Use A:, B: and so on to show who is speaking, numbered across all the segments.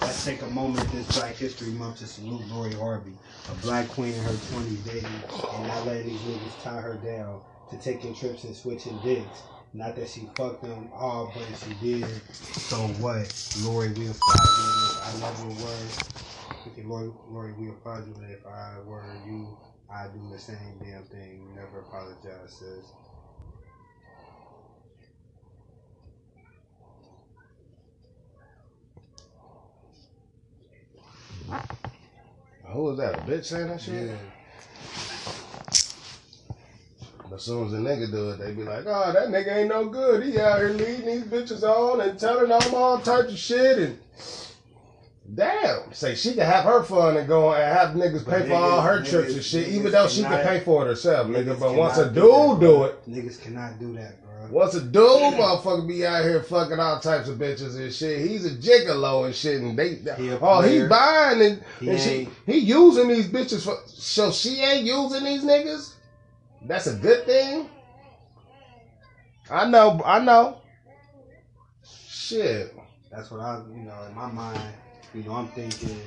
A: Let's take a moment this Black History Month to salute Lori Harvey, a black queen in her 20s dating and not letting these niggas tie her down to taking trips and switching dicks. Not that she fucked them all, but if she did, so what? Lori, we applaud you. I love your words. Okay, Lori, Lori, we applaud you. And if I were you, I'd do the same damn thing. Never apologize, sis.
B: Who was that? A bitch saying that shit?
A: Yeah.
B: As soon as a nigga do it, they be like, oh, that nigga ain't no good. He out here leading these bitches on and telling them all types of shit and damn. Say she can have her fun and go and have niggas
A: But
B: pay for all
A: niggas-
B: her trips
A: niggas-
B: and shit, even
A: niggas
B: though she can
A: cannot-
B: pay for it herself, nigga.
A: Niggas
B: But once a
A: cannot
B: dude
A: that,
B: do
A: bro.
B: it,
A: Niggas cannot do that, bro.
B: once a dude motherfucker be out here fucking all types of bitches and shit, he's a gigolo and shit, and they
A: He a
B: oh he
A: player.
B: buying and,
A: He
B: and she
A: ain't-
B: he using these bitches for so she ain't using these niggas. That's a good thing. I know, I know. Shit,
A: That's what I, you know, in my mind, you know, I'm thinking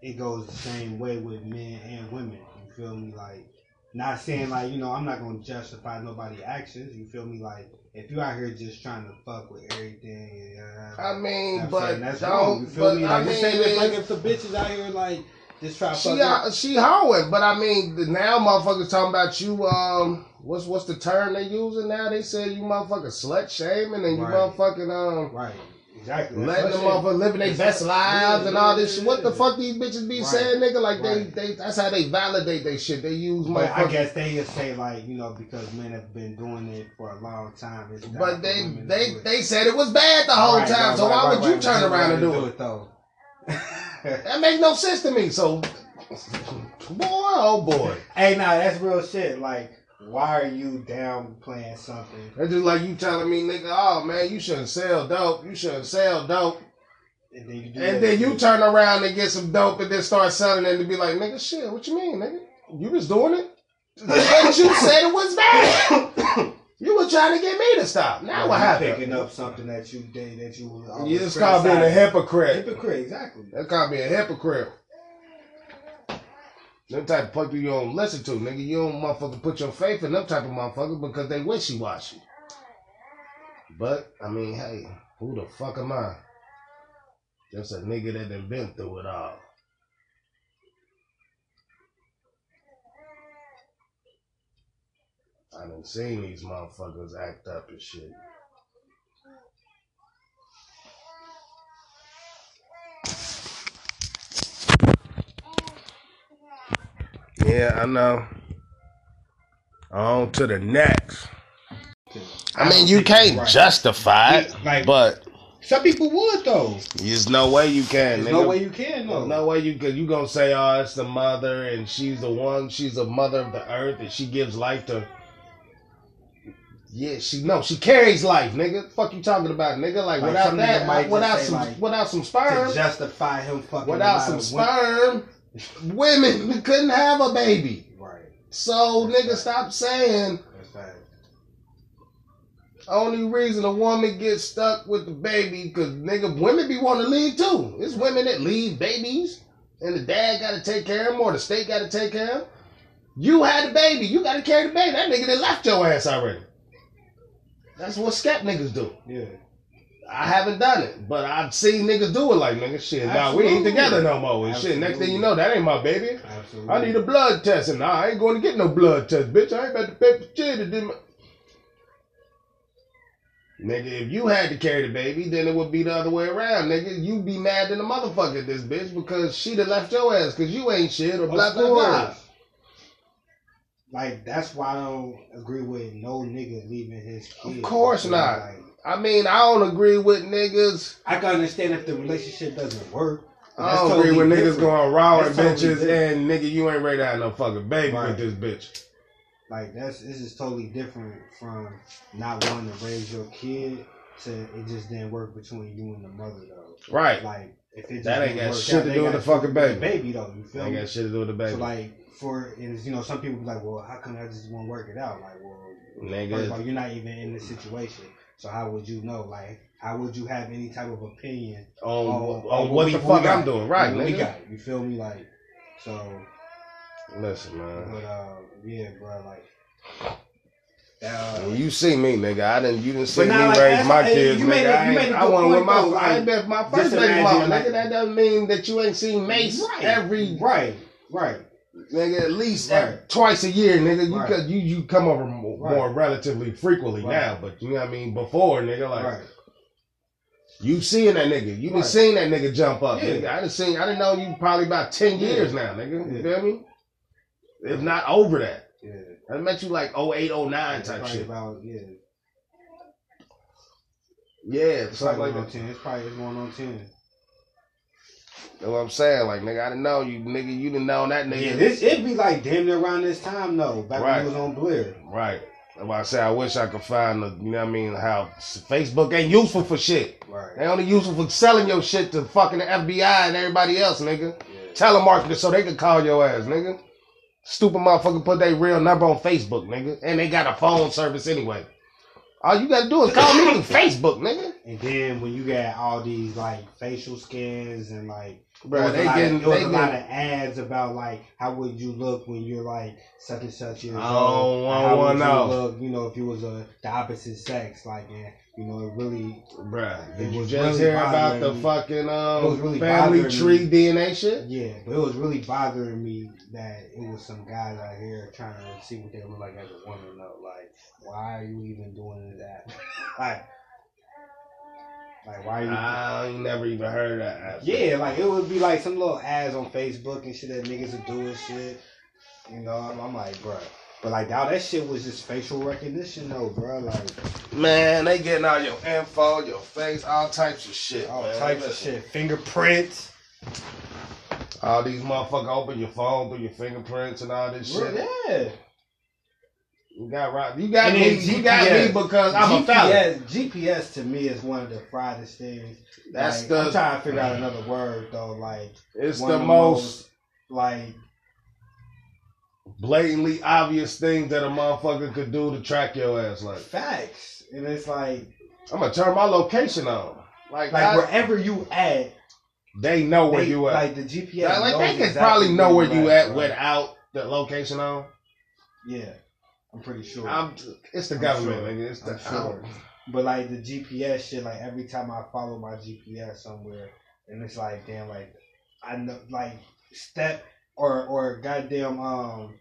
A: it goes the same way with men and women. You feel me? Like, not saying like, you know, I'm not gonna justify nobody's actions. You feel me? Like, if you out here just trying to fuck with everything, and, uh,
B: I mean,
A: I'm
B: but
A: saying that's
B: don't,
A: wrong. You feel
B: but
A: me?
B: I
A: Like,
B: mean,
A: this ain't just like if the bitches out here like just try to
B: She
A: fuck.
B: uh, she hoeing, but I mean the- now motherfuckers talking about you. Um, what's what's the term they using now? They say you motherfucking slut shaming and you
A: Right.
B: motherfucking um
A: right? Exactly.
B: letting
A: That's
B: them
A: what
B: motherfuckers living their best
A: Yeah,
B: lives and all this
A: yeah,
B: shit. What the
A: yeah.
B: fuck these bitches be
A: Right.
B: saying, nigga? Like
A: Right.
B: they they that's how they validate they shit. They use
A: But I
B: motherfuckers.
A: guess they just say like you know because men have been doing it for a long time. It's time for
B: But they
A: women to
B: they
A: do it.
B: they said it was bad the whole
A: Right,
B: time.
A: right,
B: so
A: right,
B: why
A: right,
B: would you
A: right.
B: turn
A: Women
B: around and
A: do
B: do it?
A: though?
B: That makes no sense to me. So, boy, oh boy.
A: hey, nah, that's real shit. Like, why are you downplaying something?
B: That's just like you telling me, nigga, oh man, you shouldn't sell dope. You shouldn't sell dope.
A: And then you do that
B: And then you
A: shit.
B: turn around and get some dope and then start selling it and be like, nigga, shit, what you mean, nigga? You was doing it? But you said it was bad. you were trying to get me to stop. Now
A: Like,
B: what
A: you
B: happened?
A: Picking up something that you did that you was
B: You
A: always
B: just called being a
A: criticizing.
B: hypocrite.
A: hypocrite. Exactly.
B: That called being a hypocrite. Them type of people you don't listen to, nigga. You don't motherfucking put your faith in them type of motherfuckers because they wishy washy. But I mean, hey, who the fuck am I? Just a nigga that done been through it all. I done seen these motherfuckers act up and shit. Yeah, I know. On to the next. I mean, you can't
A: Right.
B: justify it,
A: Yeah, like-
B: but
A: Some people would though.
B: there's no way you can.
A: There's
B: nigga.
A: no way you can though.
B: There's no way you could. You gonna say, "Oh, it's the mother, and she's the one. She's the mother of the earth, and she gives life to." Yeah, she no, she carries life, nigga. Fuck you talking about, nigga. Like,
A: Like,
B: without
A: some
B: that,
A: nigga might
B: without
A: just say,
B: some,
A: like,
B: without some
A: To
B: sperm,
A: justify him fucking
B: uh, without
A: a lot
B: some
A: of women.
B: sperm, women couldn't have a baby.
A: Right.
B: So, nigga, stop saying
A: That's fact.
B: Only reason a woman gets stuck with the baby because nigga, women be want to leave too. It's women that leave babies, and the dad got to take care of them or the state got to take care of them. You had the baby, you got to carry the baby. That nigga that left your ass already. That's what scat niggas do.
A: Yeah.
B: I haven't done it, but I've seen niggas do it. Like nigga, shit, nah, we ain't
A: Absolutely.
B: together no more. And shit, next thing you know, that ain't my baby.
A: Absolutely.
B: I need a blood test, and I ain't going to get no blood test, bitch. I ain't about to pay for shit. to do my- Nigga, if you had to carry the baby, then it would be the other way around, nigga. You be mad than a motherfucker at this bitch because she done left your ass because you ain't shit or
A: Of
B: blah, blah, blah.
A: course. Like that's why I don't agree with no nigga leaving his kids.
B: Of course
A: You know,
B: not.
A: like,
B: I mean, I don't agree with niggas.
A: I can understand if the relationship doesn't work. but
B: I
A: that's
B: don't agree
A: totally
B: with niggas
A: different.
B: going raw and
A: That's totally
B: bitches
A: different.
B: and nigga, you ain't ready to have no fucking baby
A: Right.
B: with this bitch.
A: Like that's this is totally different from not wanting to raise your kid to it just didn't work between you and the mother though.
B: Right.
A: Like if it just
B: That ain't
A: didn't
B: got
A: work
B: shit
A: out,
B: to
A: they
B: do with
A: got
B: the fucking
A: the
B: baby.
A: baby though. You feel
B: Ain't
A: me?
B: got shit to do with the
A: So
B: baby.
A: like for is you know some people be like, well, how come I just won't work it out? Like well,
B: Nigga.
A: First of all, you're not even in this situation. So how would you know? Like, how would you have any type of opinion
B: on,
A: on,
B: on what
A: we-
B: the
A: we
B: fuck
A: got?
B: I'm doing? Right,
A: on what we
B: nigga.
A: got? You feel me? Like, so
B: Listen, man.
A: But uh, yeah, bro, like. Uh,
B: When you see me, nigga, I didn't. You didn't see me
A: now, like,
B: raise
A: that's-
B: my
A: hey,
B: kids,
A: you
B: nigga.
A: made a-
B: I,
A: you
B: ain't-
A: made a
B: I
A: good
B: wasn't with
A: point,
B: my.
A: though,
B: I
A: like,
B: ain't been with my
A: just
B: first baby
A: imagine,
B: mama,
A: like-
B: nigga. That doesn't mean that you ain't seen Mace
A: Right.
B: every
A: right, right.
B: nigga at least
A: Right.
B: every- twice a year, nigga. You
A: Right.
B: could- you you come over more,
A: Right.
B: more relatively frequently
A: Right.
B: now, but you know what I mean. Before, nigga, like
A: right.
B: you seeing that nigga, you done
A: Right.
B: seen that nigga jump up.
A: Yeah.
B: Nigga. I done seen. I done know you probably about ten
A: Yeah.
B: years now, nigga. You
A: Yeah.
B: feel me? If not over that,
A: Yeah.
B: I met you like 08, 09
A: It's
B: type
A: probably
B: shit.
A: about yeah. It's
B: Yeah, something
A: probably going
B: like that.
A: on ten. It's probably it's going on ten.
B: You know what I'm saying? Like, nigga, I didn't know you, nigga. You didn't know that nigga.
A: Yeah, this it'd be like damn near around this time though. Back
B: Right.
A: when it was on Blair.
B: right. That's why I say I wish I could find the, you know what I mean, how Facebook ain't useful for shit. They
A: Right.
B: only useful for selling your shit to fucking the FBI and everybody else, nigga.
A: Yeah.
B: Telemarketers so they can call your ass, nigga. Stupid motherfucker put their real number on Facebook, nigga. And they got a phone service anyway. All you gotta do is call me through Facebook, nigga.
A: And then when you got all these like facial scans and like there
B: Bro,
A: was,
B: they
A: a lot,
B: getting,
A: of, there was
B: they
A: a lot
B: getting,
A: of ads about like how would you look when you're like such and such years
B: I don't
A: old.
B: want
A: Like, how
B: one
A: would
B: out.
A: you look, you know, if you was a the opposite sex, like and you know, it really
B: bruh,
A: It
B: did you
A: was
B: just
A: really
B: hear about
A: bothering
B: the
A: me.
B: fucking
A: It was
B: um,
A: really
B: family
A: bothering
B: tree
A: me.
B: DNA shit?
A: Yeah, but it was really bothering me that it was some guys out here trying to see what they look like as a woman. Though, like, why are you even doing that? like, like why are you?
B: I ain't never even heard of that.
A: yeah, like it would be like some little ads on Facebook and shit that niggas would do and shit. You know, I'm, I'm like, bruh. But like now, that shit was just facial recognition, though, bruh. Like
B: Man, they getting all your info, your face, all types of shit.
A: all
B: man.
A: types of
B: Listen,
A: shit, fingerprints.
B: All these motherfuckers open your phone, put your fingerprints and all this shit.
A: Yeah.
B: You got right. You got
A: And
B: me.
A: then
B: You got me
A: GPS.
B: because I'm a felon.
A: GPS, GPS to me is one of the friedest things.
B: That's
A: Like, I'm
B: the.
A: trying to figure out another word though. Like
B: It's
A: one
B: the
A: of the
B: most
A: like
B: blatantly obvious thing that a motherfucker could do to track your ass. Like
A: facts, and it's like
B: I'm gonna turn my location on. Like,
A: like
B: I-
A: wherever you at,
B: they know where
A: they-
B: you at.
A: Like the GPS,
B: Like, like,
A: knows
B: they can
A: exactly
B: probably know where you at
A: bro.
B: without the location on.
A: Yeah, I'm pretty sure.
B: I'm, it's the
A: I'm
B: government,
A: sure.
B: nigga. It's the
A: I'm sure. But like the GPS shit, like every time I follow my GPS somewhere, and it's like damn, like I know, like step or or goddamn um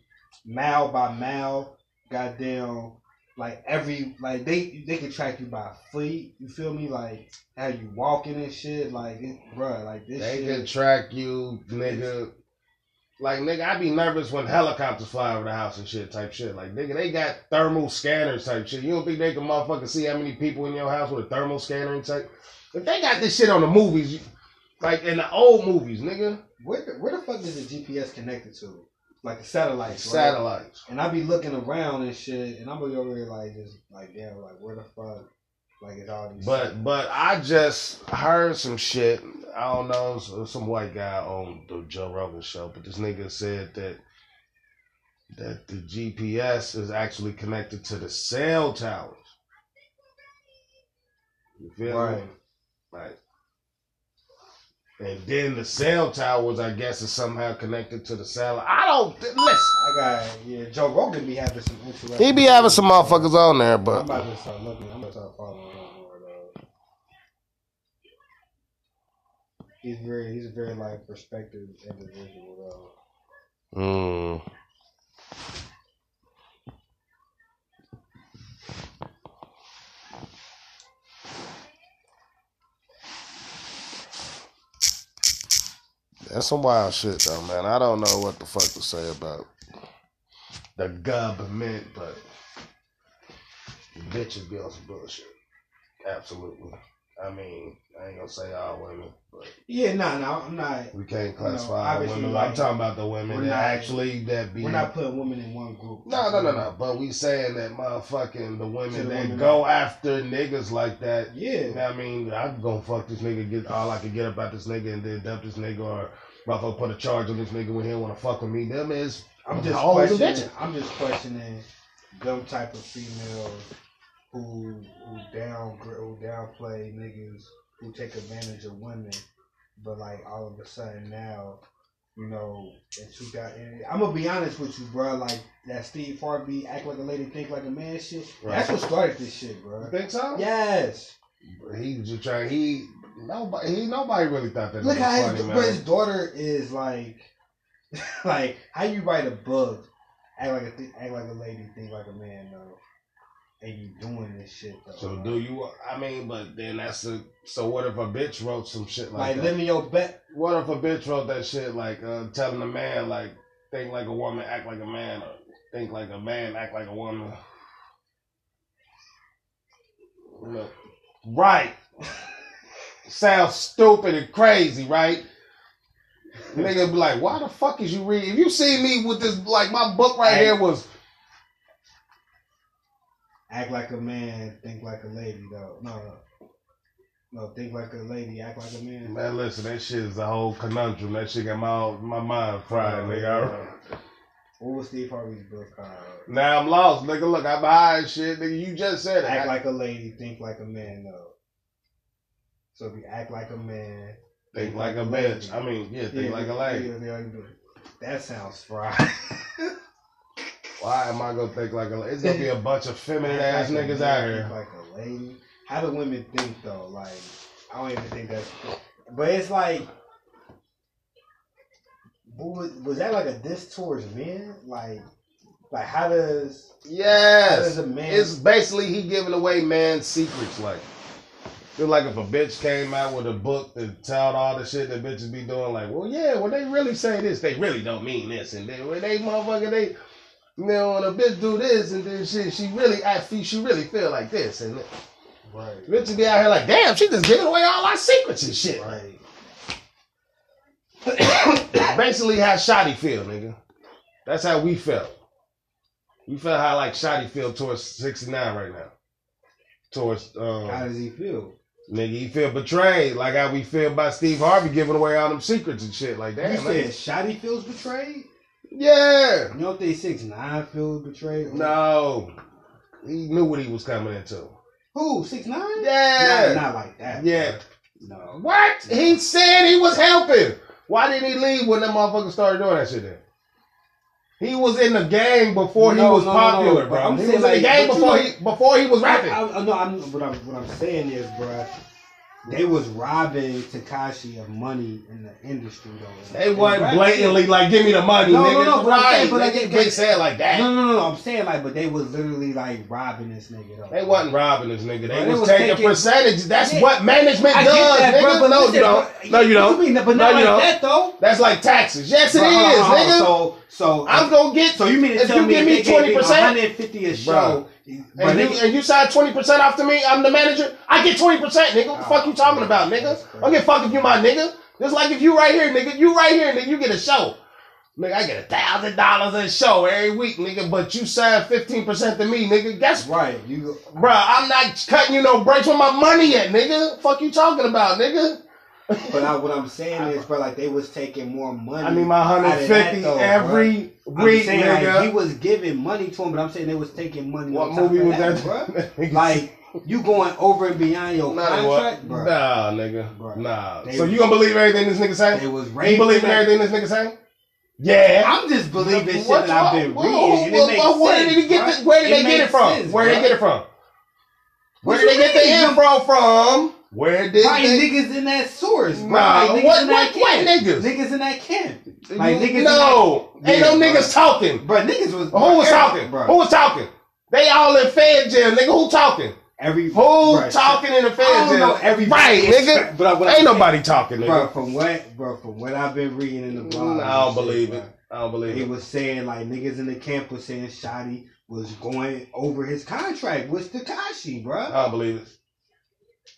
A: mile by mile, goddamn like every like they they can track you by feet. You feel me? Like how you walking and shit. Like it, bruh, like this
B: They
A: shit.
B: can track you, nigga. Like nigga, I be nervous when helicopters fly over the house and shit, type shit. Like nigga, they got thermal scanners, type shit. You don't think they can motherfucking see how many people in your house with a thermal scanner and type? If they got this shit on the movies, you- like in the old movies, nigga,
A: where the- where the fuck is the GPS connected to? Like the satellites. right?
B: satellites.
A: And I be looking around and shit, and I'm be over here like just like damn, like where the fuck, like it's all these.
B: But but I just heard some shit. I don't know s- some white guy on the Joe Rogan show, but this nigga said that that the GPS is actually connected to the cell towers. You feel
A: right,
B: me? Like, and then the cell towers, I guess, is somehow connected to the cell. I don't th- listen.
A: I got yeah. Joe Rogan be having some interesting.
B: He be having some motherfuckers on there,
A: I'm
B: but
A: about to start looking. I'm gonna start following him more though. He's very, he's a very like perspective individual though.
B: Mm. That's some wild shit, though, man. I don't know what the fuck to say about the government, but bitches be on some bullshit. Absolutely. I mean, I ain't gonna say all women, but
A: Yeah, no, nah, no, I'm not.
B: we can't
A: No,
B: classify
A: obviously,
B: women.
A: like,
B: I'm talking about the women
A: we're
B: that
A: not-
B: actually that be.
A: We're not putting women in one group.
B: no, no, no, no. But we saying that motherfucking the
A: To
B: women
A: the
B: that
A: women.
B: go after niggas like that. You
A: Yeah,
B: know what I mean, I'm gonna fuck this nigga, get all I can get about this nigga, and then dump this nigga, or motherfucker put a charge on this nigga when he don't want to fuck with me. Them is
A: I'm just
B: All of them
A: questioning. I'm just questioning them type of females who who down who downplay niggas who take advantage of women, but like all of a sudden now, you know, in 2000, I'm gonna be honest with you, bro. Like that Steve Harvey act like a lady, think like a man shit. That's what started this shit,
B: You
A: bro.
B: think so?
A: Yes.
B: He was just trying. He nobody. He nobody really thought that.
A: Look
B: was
A: how his,
B: funny, man.
A: but his daughter is like, like how you write a book, act like a th- act like a lady, think like a man though, and you doing this shit though.
B: So
A: bro.
B: do you? I mean, but then that's a. So what if a bitch wrote some shit like,
A: like
B: that?
A: living your best.
B: What if a bitch wrote that shit like uh, telling a man like think like a woman, act like a man, or think like a man, act like a woman? Look, right. Sounds stupid and crazy, right? Nigga be like, why the fuck is you reading? If you see me with this, like my book right
A: Hey.
B: here was
A: act like a man, think like a lady though. No, no, no, think like a lady, act like a man.
B: Man, listen, that shit is a whole conundrum. That shit got my whole- my mind fried, nigga. I-
A: What was Steve Harvey's book called?
B: Now I'm lost, nigga. Look, I'm high as shit, nigga. You just said it.
A: Act like a lady, think like a man though. So if you act like a man,
B: think like a bitch. I mean, yeah, think
A: yeah,
B: like a lady.
A: yeah, yeah, yeah. that sounds fried.
B: Why am I gonna think like a? It's gonna be a bunch of feminine ass
A: Act like a
B: niggas
A: man,
B: out here.
A: Think like a lady. How do women think though? Like I don't even think that's. But it's like, what was, was that like a diss towards men? Like, like how does how does
B: Yes,
A: a man?
B: it's basically he giving away man's secrets. Like, feel like if a bitch came out with a book that tell all the shit that bitches be doing, like, well, yeah, when they really say this, they really don't mean this, and then when they motherfucker, they, you know, when a bitch do this and then shit, she really I feel she really feel like this, and
A: right,
B: bitches be out here like, damn, she just giving away all our secrets and shit.
A: right.
B: basically how Shotty feel, nigga. That's how we felt. We felt how like Shotty feel towards 69 right now. Towards
A: How
B: um,
A: does he feel?
B: nigga, he feel betrayed, like how we feel about Steve Harvey giving away all them secrets and shit like that.
A: you said Shotty feels betrayed.
B: yeah,
A: You don't think six nine feels betrayed?
B: no, he knew what he was coming into.
A: Who six nine?
B: Yeah,
A: not, not like that.
B: yeah.
A: bro. no.
B: What he said, he was helping. Why didn't he leave when them motherfuckers started doing that shit? Then he was in the game before he
A: No,
B: was
A: no, no, no,
B: popular,
A: but
B: bro.
A: I'm
B: he
A: saying,
B: was in
A: like,
B: the game
A: but you
B: before
A: know-
B: he before he was
A: I,
B: rapping.
A: I, no, I'm what I'm what I'm saying is, bruh, they was robbing Takashi of money in the industry though.
B: they
A: And
B: wasn't
A: rap
B: blatantly like, give me the money,
A: No, no,
B: nigga.
A: no, but I'm
B: right.
A: saying, but
B: they
A: like,
B: didn't
A: they-
B: get said like
A: shit-
B: that.
A: No, no, no, no. I'm saying like, but they was literally like robbing this nigga though.
B: They wasn't robbing this nigga. They,
A: Bro, they
B: was,
A: was
B: taking,
A: taking-
B: percentages. That's
A: Yeah.
B: what management
A: I get
B: does,
A: that,
B: nigga.
A: bruh, but
B: no, you
A: listen,
B: don't.
A: bruh,
B: No, you
A: what
B: don't.
A: mean? but
B: No,
A: not
B: you
A: like
B: don't.
A: that though.
B: That's like taxes. Yes, it is,
A: Bruh, hold on, hold on.
B: nigga.
A: So, so
B: I'm gonna get.
A: so you mean to
B: if
A: tell
B: you
A: me
B: give
A: if
B: me
A: they gave
B: twenty
A: me
B: percent,
A: 150 a show?
B: Bruh.
A: bruh,
B: And you,
A: nigga-
B: and you side twenty percent off to me. I'm the manager. I get twenty percent, nigga. What the fuck you talking about, nigga? I don't give a fuck if you my nigga. Just like if you right here, nigga. You right here, nigga. You get a show, nigga. I get a thousand dollars a show every week, nigga. But you sign fifteen percent to me, nigga. That's
A: right. You
B: bruh. I'm not cutting you no breaks with my money yet, nigga. Fuck you talking about, nigga.
A: but I, what I'm saying is, bro, like they was taking more money.
B: I need my
A: out
B: hundred
A: of that,
B: fifty
A: though,
B: every
A: I'm
B: week,
A: saying, like,
B: nigga.
A: he was giving money to him, but I'm saying they was taking money.
B: what
A: on top
B: movie
A: of
B: was that?
A: bruh.
B: Nigga,
A: like you going over and beyond your
B: Nah,
A: contract,
B: what?
A: bro.
B: Nah, nigga.
A: Bruh.
B: Nah.
A: They-
B: so you gonna believe everything this nigga say?
A: They was
B: You
A: raping.
B: believe in everything this nigga saying? Yeah.
A: I'm just believing shit
B: What-
A: that I've been
B: what-
A: reading. and it
B: what-
A: makes
B: what- where
A: sense,
B: did he get?
A: bruh.
B: The, where did they get
A: makes
B: it from?
A: sense,
B: where did they
A: bruh.
B: get it from? Where
A: What
B: did they
A: you
B: get the
A: mean?
B: info from? Where did
A: Probably
B: they?
A: niggas in that source, bro.
B: Nah,
A: like, niggas
B: what-
A: in that
B: what- what
A: camp.
B: niggas?
A: in that camp, like, niggas-
B: no,
A: Yeah,
B: ain't no
A: bruh.
B: niggas talking.
A: bro. Niggas was
B: Who was talking?
A: bro?
B: Who was talking? They all in Fed jail, nigga. Who talking?
A: Every
B: Who talking in the Fed
A: I don't
B: jail?
A: know every
B: right, nigga.
A: but I- what
B: Ain't
A: I'm
B: nobody talking, nigga.
A: Bro, from what, bro, from what I've been reading in the blog,
B: Mm, I don't
A: and shit,
B: believe it.
A: bruh,
B: I don't believe
A: He
B: it.
A: was saying like niggas in the camp was saying Shotty was going over his contract with Takashi, bro,
B: I don't believe it.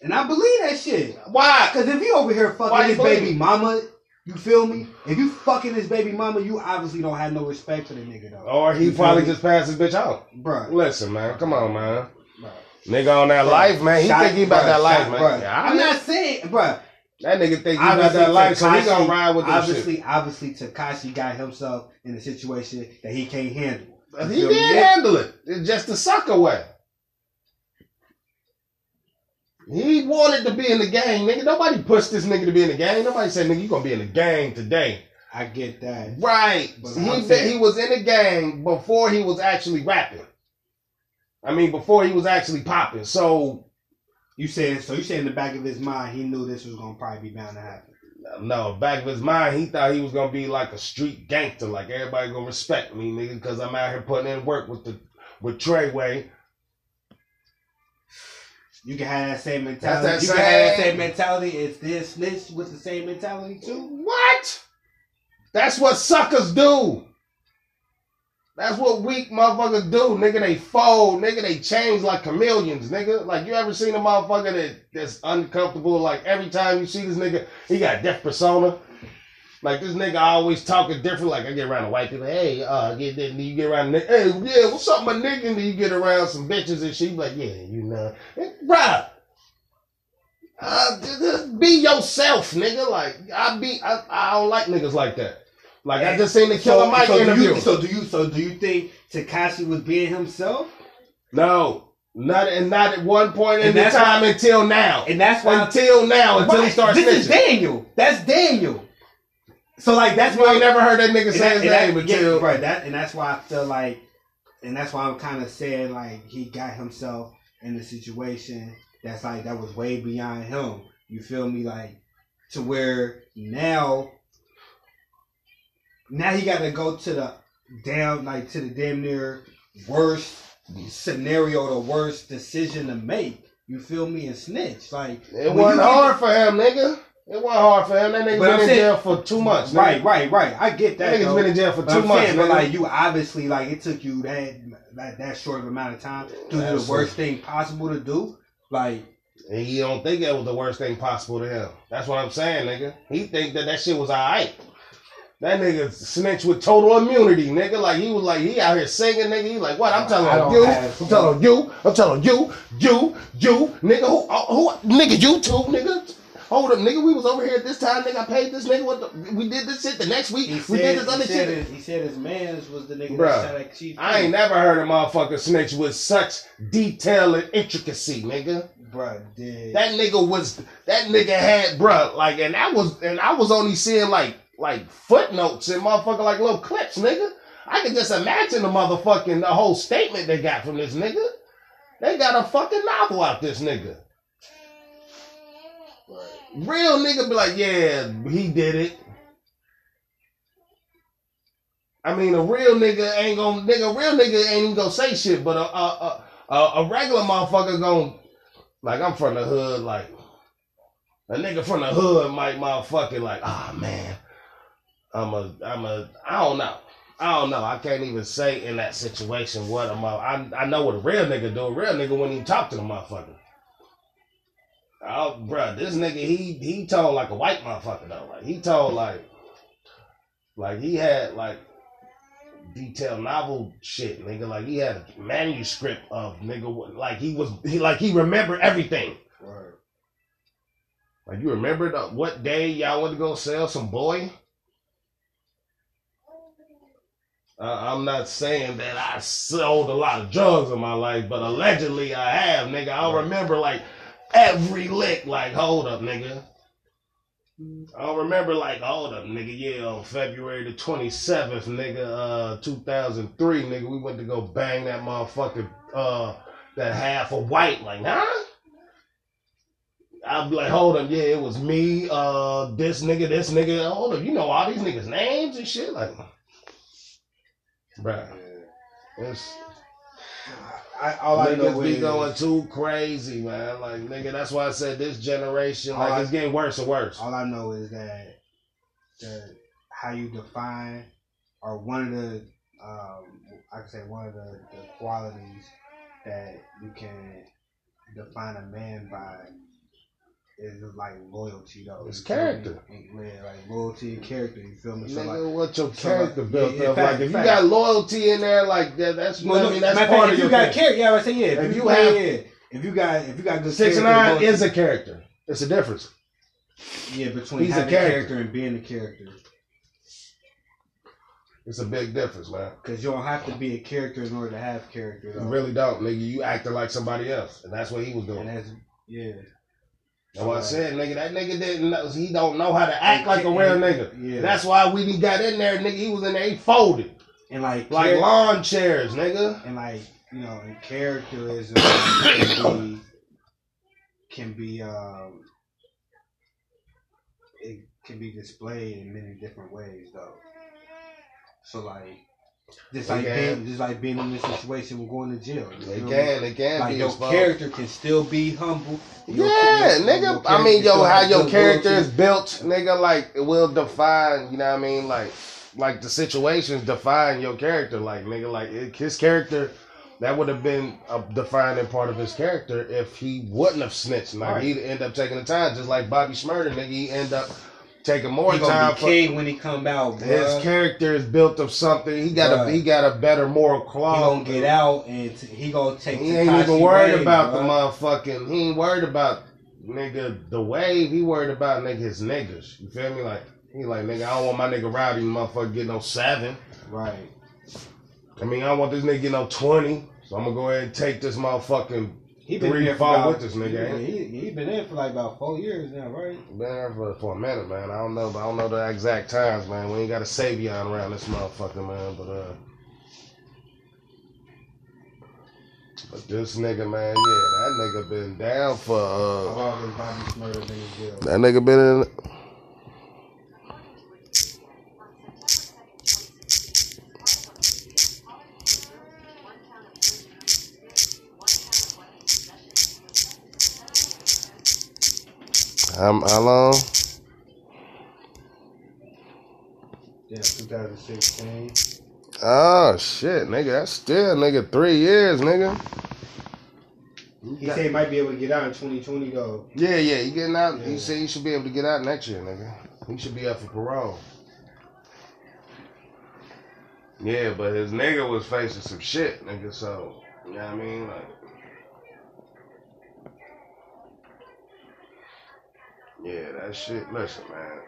A: and I believe that shit.
B: Why?
A: Cause if you over here
B: Why
A: fucking
B: you
A: his
B: believe
A: baby
B: it?
A: mama, you feel me? If you fucking his baby mama, you obviously don't have no respect for the nigga though,
B: Or he
A: You feel
B: probably
A: me?
B: just passed his bitch out.
A: bro.
B: Listen, man. Come on, man.
A: bro.
B: Nigga on that
A: Bruh,
B: life, man. He
A: shot-
B: think he about
A: bruh,
B: that life,
A: shot-
B: man.
A: bruh.
B: Yeah, I
A: I'm
B: know.
A: not saying, bro.
B: that nigga think he about that life, so he gonna ride with this shit.
A: obviously, obviously, Takashi got himself in a situation that he can't handle.
B: He
A: You feel me?
B: did handle it. It's just the sucker way. He wanted to be in the gang, nigga. Nobody pushed this nigga to be in the gang. Nobody said, nigga, you gonna be in the gang today.
A: I get that.
B: Right.
A: But
B: he,
A: I'm
B: be-
A: saying-
B: he was in the gang before he was actually rapping. I mean, before he was actually popping. So,
A: You saying so? You saying in the back of his mind, he knew this was gonna probably be bound to happen.
B: no, back of his mind, he thought he was gonna be like a street gangster, like everybody gonna respect me, nigga, because I'm out here putting in work with the with Treyway.
A: You can have that same mentality.
B: That's that
A: you can have that
B: same-
A: same mentality. Is this snitch with the same mentality too?
B: What? That's what suckers do. That's what weak motherfuckers do, nigga. They fold, nigga. They change like chameleons, nigga. Like you ever seen a motherfucker that, that's uncomfortable? Like every time you see this nigga, he got deaf persona. Like this nigga always talking different. Like I get around the white people, hey, uh, get that, you get around, the, hey, yeah, what's up, my nigga? And then you get around some bitches and she be like, yeah, you know, bruh. Uh, th- th- be yourself, nigga. Like I be, I, I don't like niggas like that. Like I just seen the Killer Mike
A: so
B: interview.
A: Do you, so do you? So do you think Takashi was being himself?
B: No, not and not at one point in
A: And
B: the
A: that's
B: time until now.
A: And that's why.
B: until now, until he
A: Right,
B: starts
A: this is
B: snitching.
A: Daniel. That's Daniel. So like that's
B: You
A: why
B: ain't never heard that nigga
A: and
B: say
A: that-
B: his
A: and that-
B: name
A: yeah,
B: until
A: right. That and that's why I feel like, and that's why I'm kind of saying like he got himself in a situation that's like that was way beyond him. You feel me? Like to where now, now he got to go to the damn like to the damn near worst scenario, the worst decision to make. You feel me? And snitch like
B: it
A: when
B: wasn't
A: you-
B: hard for him, nigga. It wasn't hard for him. That nigga
A: But
B: been
A: I'm
B: in
A: saying-
B: jail for two months. nigga.
A: Right, right, right. I get
B: That
A: that.
B: nigga's
A: though.
B: been in jail for
A: But
B: two
A: I'm
B: months.
A: saying, but
B: nigga.
A: like you obviously like it took you that that, that short of amount of time to do the
B: Absolutely.
A: worst thing possible to do. Like
B: And you don't think that was the worst thing possible to him. That's what I'm saying, nigga. He think that that shit was alright. That nigga snitch with total immunity, nigga. Like he was like he out here singing, nigga. He like what? I'm telling
A: I don't
B: you,
A: have-
B: I'm telling you, I'm telling you, you, you, nigga. Who, uh, who, nigga? You too, nigga. Hold up, nigga. We was over here at this time, nigga. I paid this nigga. What the, we did this shit the next week.
A: he
B: we
A: said,
B: did this other
A: he, said
B: shit.
A: his, he said his man's was the nigga
B: Bruh,
A: that shot at Chief.
B: I ain't never heard a motherfucker snitch with such detail and intricacy, nigga.
A: bro. Did
B: That nigga was that nigga had bruh, like and that was and I was only seeing like like footnotes and motherfucker like little clips, nigga. I can just imagine the motherfucking the whole statement they got from this nigga. They got a fucking novel out this nigga. Real nigga be like, yeah, he did it. I mean, a real nigga ain't gonna nigga, a real nigga ain't even gonna say shit, but a a a, a, a regular motherfucker gonna like I'm from the hood, like a nigga from the hood might motherfucking like, ah man, I'm a I'm a I don't know. I don't know. I can't even say in that situation what a mother. I I know what a real nigga do. A real nigga wouldn't even talk to the motherfucker. Oh, bruh, this nigga he he told like a white motherfucker though. Like he told like like he had like detailed novel shit, nigga. Like he had a manuscript of nigga. what- Like he was he like he remembered everything.
A: Word.
B: Like you remember the, what day y'all went to go sell some boy? Uh, I'm not saying that I sold a lot of drugs in my life, but allegedly I have, nigga. I don't
A: Right.
B: remember like every lick. Like hold up, nigga. I don't remember like hold up, nigga. Yeah, on February the 27th, nigga, uh, 2003, nigga, we went to go bang that motherfucker, uh, that half a white. Like, huh? I'd be like, hold up, yeah, it was me, uh, this nigga, this nigga, hold up, you know all these niggas' names and shit, like, bruh, it's,
A: I, all I know
B: niggas be
A: is
B: going too crazy, man, like, nigga, that's why I said this generation,
A: All
B: like,
A: I-
B: it's getting worse and worse.
A: all I know is that the how you define or one of the um, I could say one of the, the qualities that you can define a man by is like loyalty though.
B: His
A: You feel me?
B: character.
A: Yeah, like loyalty and character, you feel me? So like
B: Nigga, what
A: so
B: your
A: like-
B: character
A: yeah,
B: built
A: yeah,
B: up,
A: fact,
B: like, if you
A: fact.
B: got loyalty in there, like, that, that's, you know what I mean, that's part of
A: if
B: your
A: you got
B: character.
A: character, yeah, I say yeah. If,
B: If
A: you,
B: you
A: yeah,
B: have-
A: yeah. if you got if you got good
B: Six and
A: character,
B: nine
A: loyalty-
B: is a character, it's a difference.
A: yeah between
B: he's a
A: having
B: character.
A: character and being a character.
B: It's a big difference, man.
A: Because you don't have to be a character in order to have character.
B: You
A: Though.
B: really don't, nigga. You acting like somebody else, and that's what he was doing.
A: And that's Yeah.
B: That's what I said, nigga. That nigga didn't know. He don't know how to act like a real nigga.
A: Yeah.
B: That's why we done got in there, nigga. He was in there. He folded
A: and like
B: like
A: char-
B: lawn chairs, nigga.
A: and like you know, and characterism can be can be um, it can be displayed in many different ways though. So like just like
B: Okay.
A: being, just like being in this situation with going to jail. you
B: They
A: feel me?
B: can, they can
A: Like
B: be
A: your
B: as fuck.
A: character can still be humble. Your- your-
B: yeah,
A: your
B: nigga. I
A: character
B: mean, yo,
A: still
B: how
A: has
B: your
A: good
B: character
A: will
B: is
A: to-
B: built, nigga. Like it will define. You know what I mean? Like, like the situations define your character. Like, nigga, like it, his character. That would have been a defining part of his character if he wouldn't have snitched. Like
A: Right.
B: he'd end up taking the time, just like Bobby Smurder, nigga. He end up taking more
A: He
B: time.
A: gonna be
B: for-
A: king when he come out. Bruh.
B: his character is built of something. He got a
A: Bruh.
B: he got a better moral
A: he
B: claw.
A: gonna get out and t- he gonna take.
B: He ain't
A: Tekashi
B: even worried
A: Wade,
B: about
A: bruh.
B: the motherfucking. He ain't worried about nigga the wave. He worried about nigga his niggas. You feel me? Like he like nigga. I don't want my nigga Rowdy motherfucker get no seven.
A: Right.
B: I mean, I don't want this nigga get no twenty. So I'm gonna go ahead and take this motherfucking.
A: He
B: Three,
A: there for
B: four
A: about-
B: with this nigga,
A: Yeah,
B: ain't
A: He, he been in for like about four years now, right?
B: Been there for, for a minute, man. I don't know, but I don't know the exact times, man. We ain't got a Savion around this motherfucker, man. But uh, but this nigga, man, yeah, that nigga been down for uh.
A: How long has Bobby Smurda been in jail?
B: That nigga been in. I'm how long?
A: Yeah, 2016.
B: Oh shit, nigga, that's still nigga three years, nigga.
A: He said he might be able to get out in 2020 though.
B: Yeah, yeah, he getting out. He
A: Yeah.
B: said he should be able to get out next year, nigga. He should be up for parole. Yeah, but his nigga was facing some shit, nigga. So you know what I mean, like, yeah, that shit. Listen, man.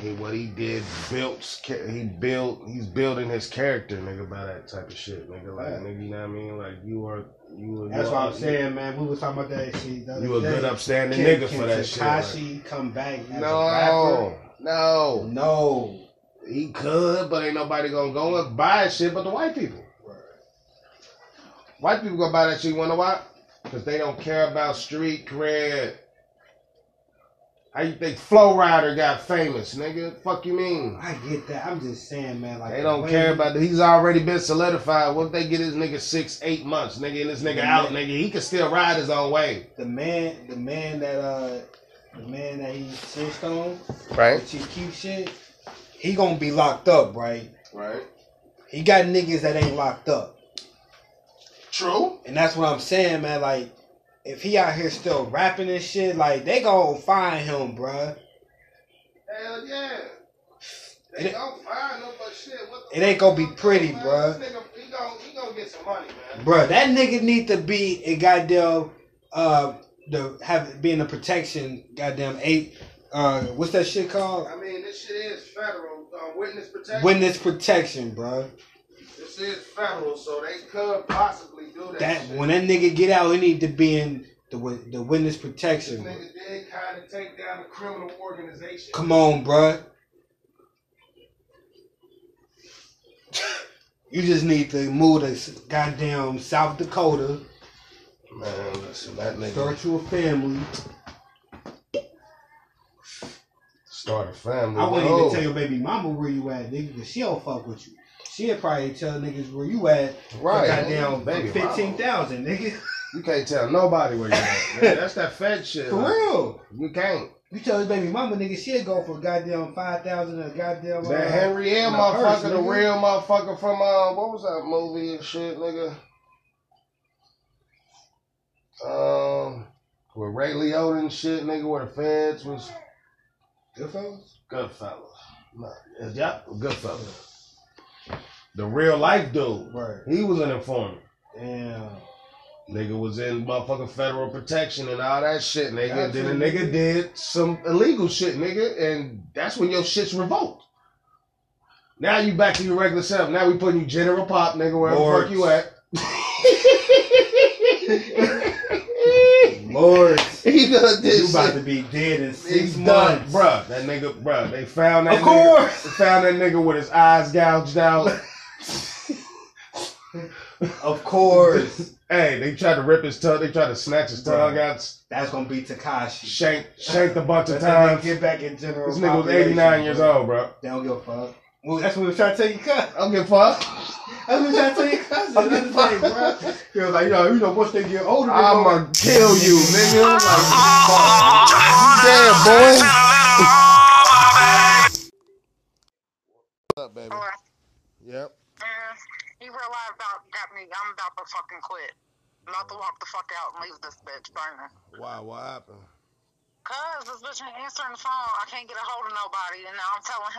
B: He, what he did built ca- he built he's building his character nigga by that type of shit nigga like
A: Yeah.
B: nigga you know what I mean like you are you are
A: That's
B: you
A: what
B: are-
A: I'm saying, man. We was talking about that shit. The other
B: you a good
A: day.
B: upstanding
A: Can-
B: nigga
A: can
B: for that shit. like-
A: Tekashi come back as
B: no,
A: a rapper?
B: no,
A: No.
B: he could, but ain't nobody gonna go and buy shit but the white people. White people gonna buy that shit. You wanna why? Cause they don't care about street cred. How you think Flow Rider got famous, nigga? Fuck you mean?
A: I get that. I'm just saying, man. Like
B: They
A: the
B: don't
A: way-
B: care about. He's already been solidified. What if they get this nigga six, eight months, nigga, and this nigga out, nigga? He can still ride his own way,
A: the man. The man that uh, the man that he snitched on,
B: right?
A: that you keep shit. He gonna be locked up, right?
B: Right.
A: He got niggas that ain't locked up.
B: True.
A: And that's what I'm saying, man. Like, if he out here still rapping and shit, like, they gonna find him, bruh.
B: Hell yeah.
A: It-
B: don't find him, but shit. What
A: it ain't gonna be pretty,
B: man?
A: bruh.
B: This nigga, he gonna, he gonna get some money, man.
A: Bruh, that nigga need to be a goddamn, uh, the have being the protection, goddamn eight, uh, what's that shit called?
B: I mean, this shit is federal. Uh, witness protection.
A: Witness protection, bruh.
B: this is federal, so they could possibly do that.
A: That
B: shit.
A: when that nigga get out, he need to be in the wit- the witness
B: this
A: protection. bruh.
B: nigga did kind of take down a criminal organization.
A: Come on, bruh. You just need to move to s- goddamn South Dakota.
B: Man, listen, that
A: Start you a family.
B: start a family.
A: I wouldn't even tell your baby mama where you at, nigga, because she don't fuck with you. She'll probably tell niggas where you at. Right.
B: Right,
A: Goddamn,
B: baby, mama.
A: 15,000, nigga.
B: You can't tell nobody where you at. man. That's that Fed shit.
A: For
B: like,
A: real.
B: You can't.
A: You tell his baby mama, nigga, she'll go for goddamn 5,000 or goddamn.
B: That
A: uh,
B: Henriette
A: my
B: motherfucker,
A: purse,
B: the
A: nigga.
B: real motherfucker from uh, what was that movie and shit, nigga? Um, with Ray Liotta and shit, nigga, where the feds was
A: Goodfellas?
B: Goodfellas. Nah, is- Yep, Goodfellas. The real life dude,
A: Right.
B: he was an informant.
A: Damn.
B: Nigga was in motherfucking federal protection and all that shit, nigga.
A: Gotcha.
B: Then the nigga did some illegal shit, nigga, and that's when your shit's revoked. Now you back to your regular self. Now we putting you general pop, nigga, wherever the fuck
A: Lords.
B: you at.
A: Lord,
B: He done
A: you
B: this
A: about
B: shit.
A: to be dead in six
B: He's done,
A: months,
B: bruh. That nigga, bruh. They found that.
A: Of
B: nigga-
A: course.
B: they found that nigga with his eyes gouged out.
A: Of course,
B: hey, they tried to rip his tongue. They tried to snatch his tongue out,
A: that's gonna be Takashi.
B: shanked, shanked a bunch of
A: Let that nigga
B: times.
A: get back in general.
B: This nigga was
A: population,
B: 89 years
A: bro.
B: old, bro.
A: They don't give a fuck. Well, that's what we were trying to tell you, cuz.
B: I don't give a fuck.
A: That's what we trying to tell your cousin.
B: I'm
A: That's the thing, bro. He was like, yo, you know, once they get older, they gonna-
B: I'ma kill you, nigga. Like, fuck. Damn, boy. What's up, baby?
C: Alright,
B: Yep.
C: mm, you realize about got me? I'm about to fucking quit. I'm about to walk the fuck out and leave this bitch burning.
B: Why? What happened?
C: Cause this bitch ain't answering the phone. I can't get a hold of nobody, and now I'm telling him.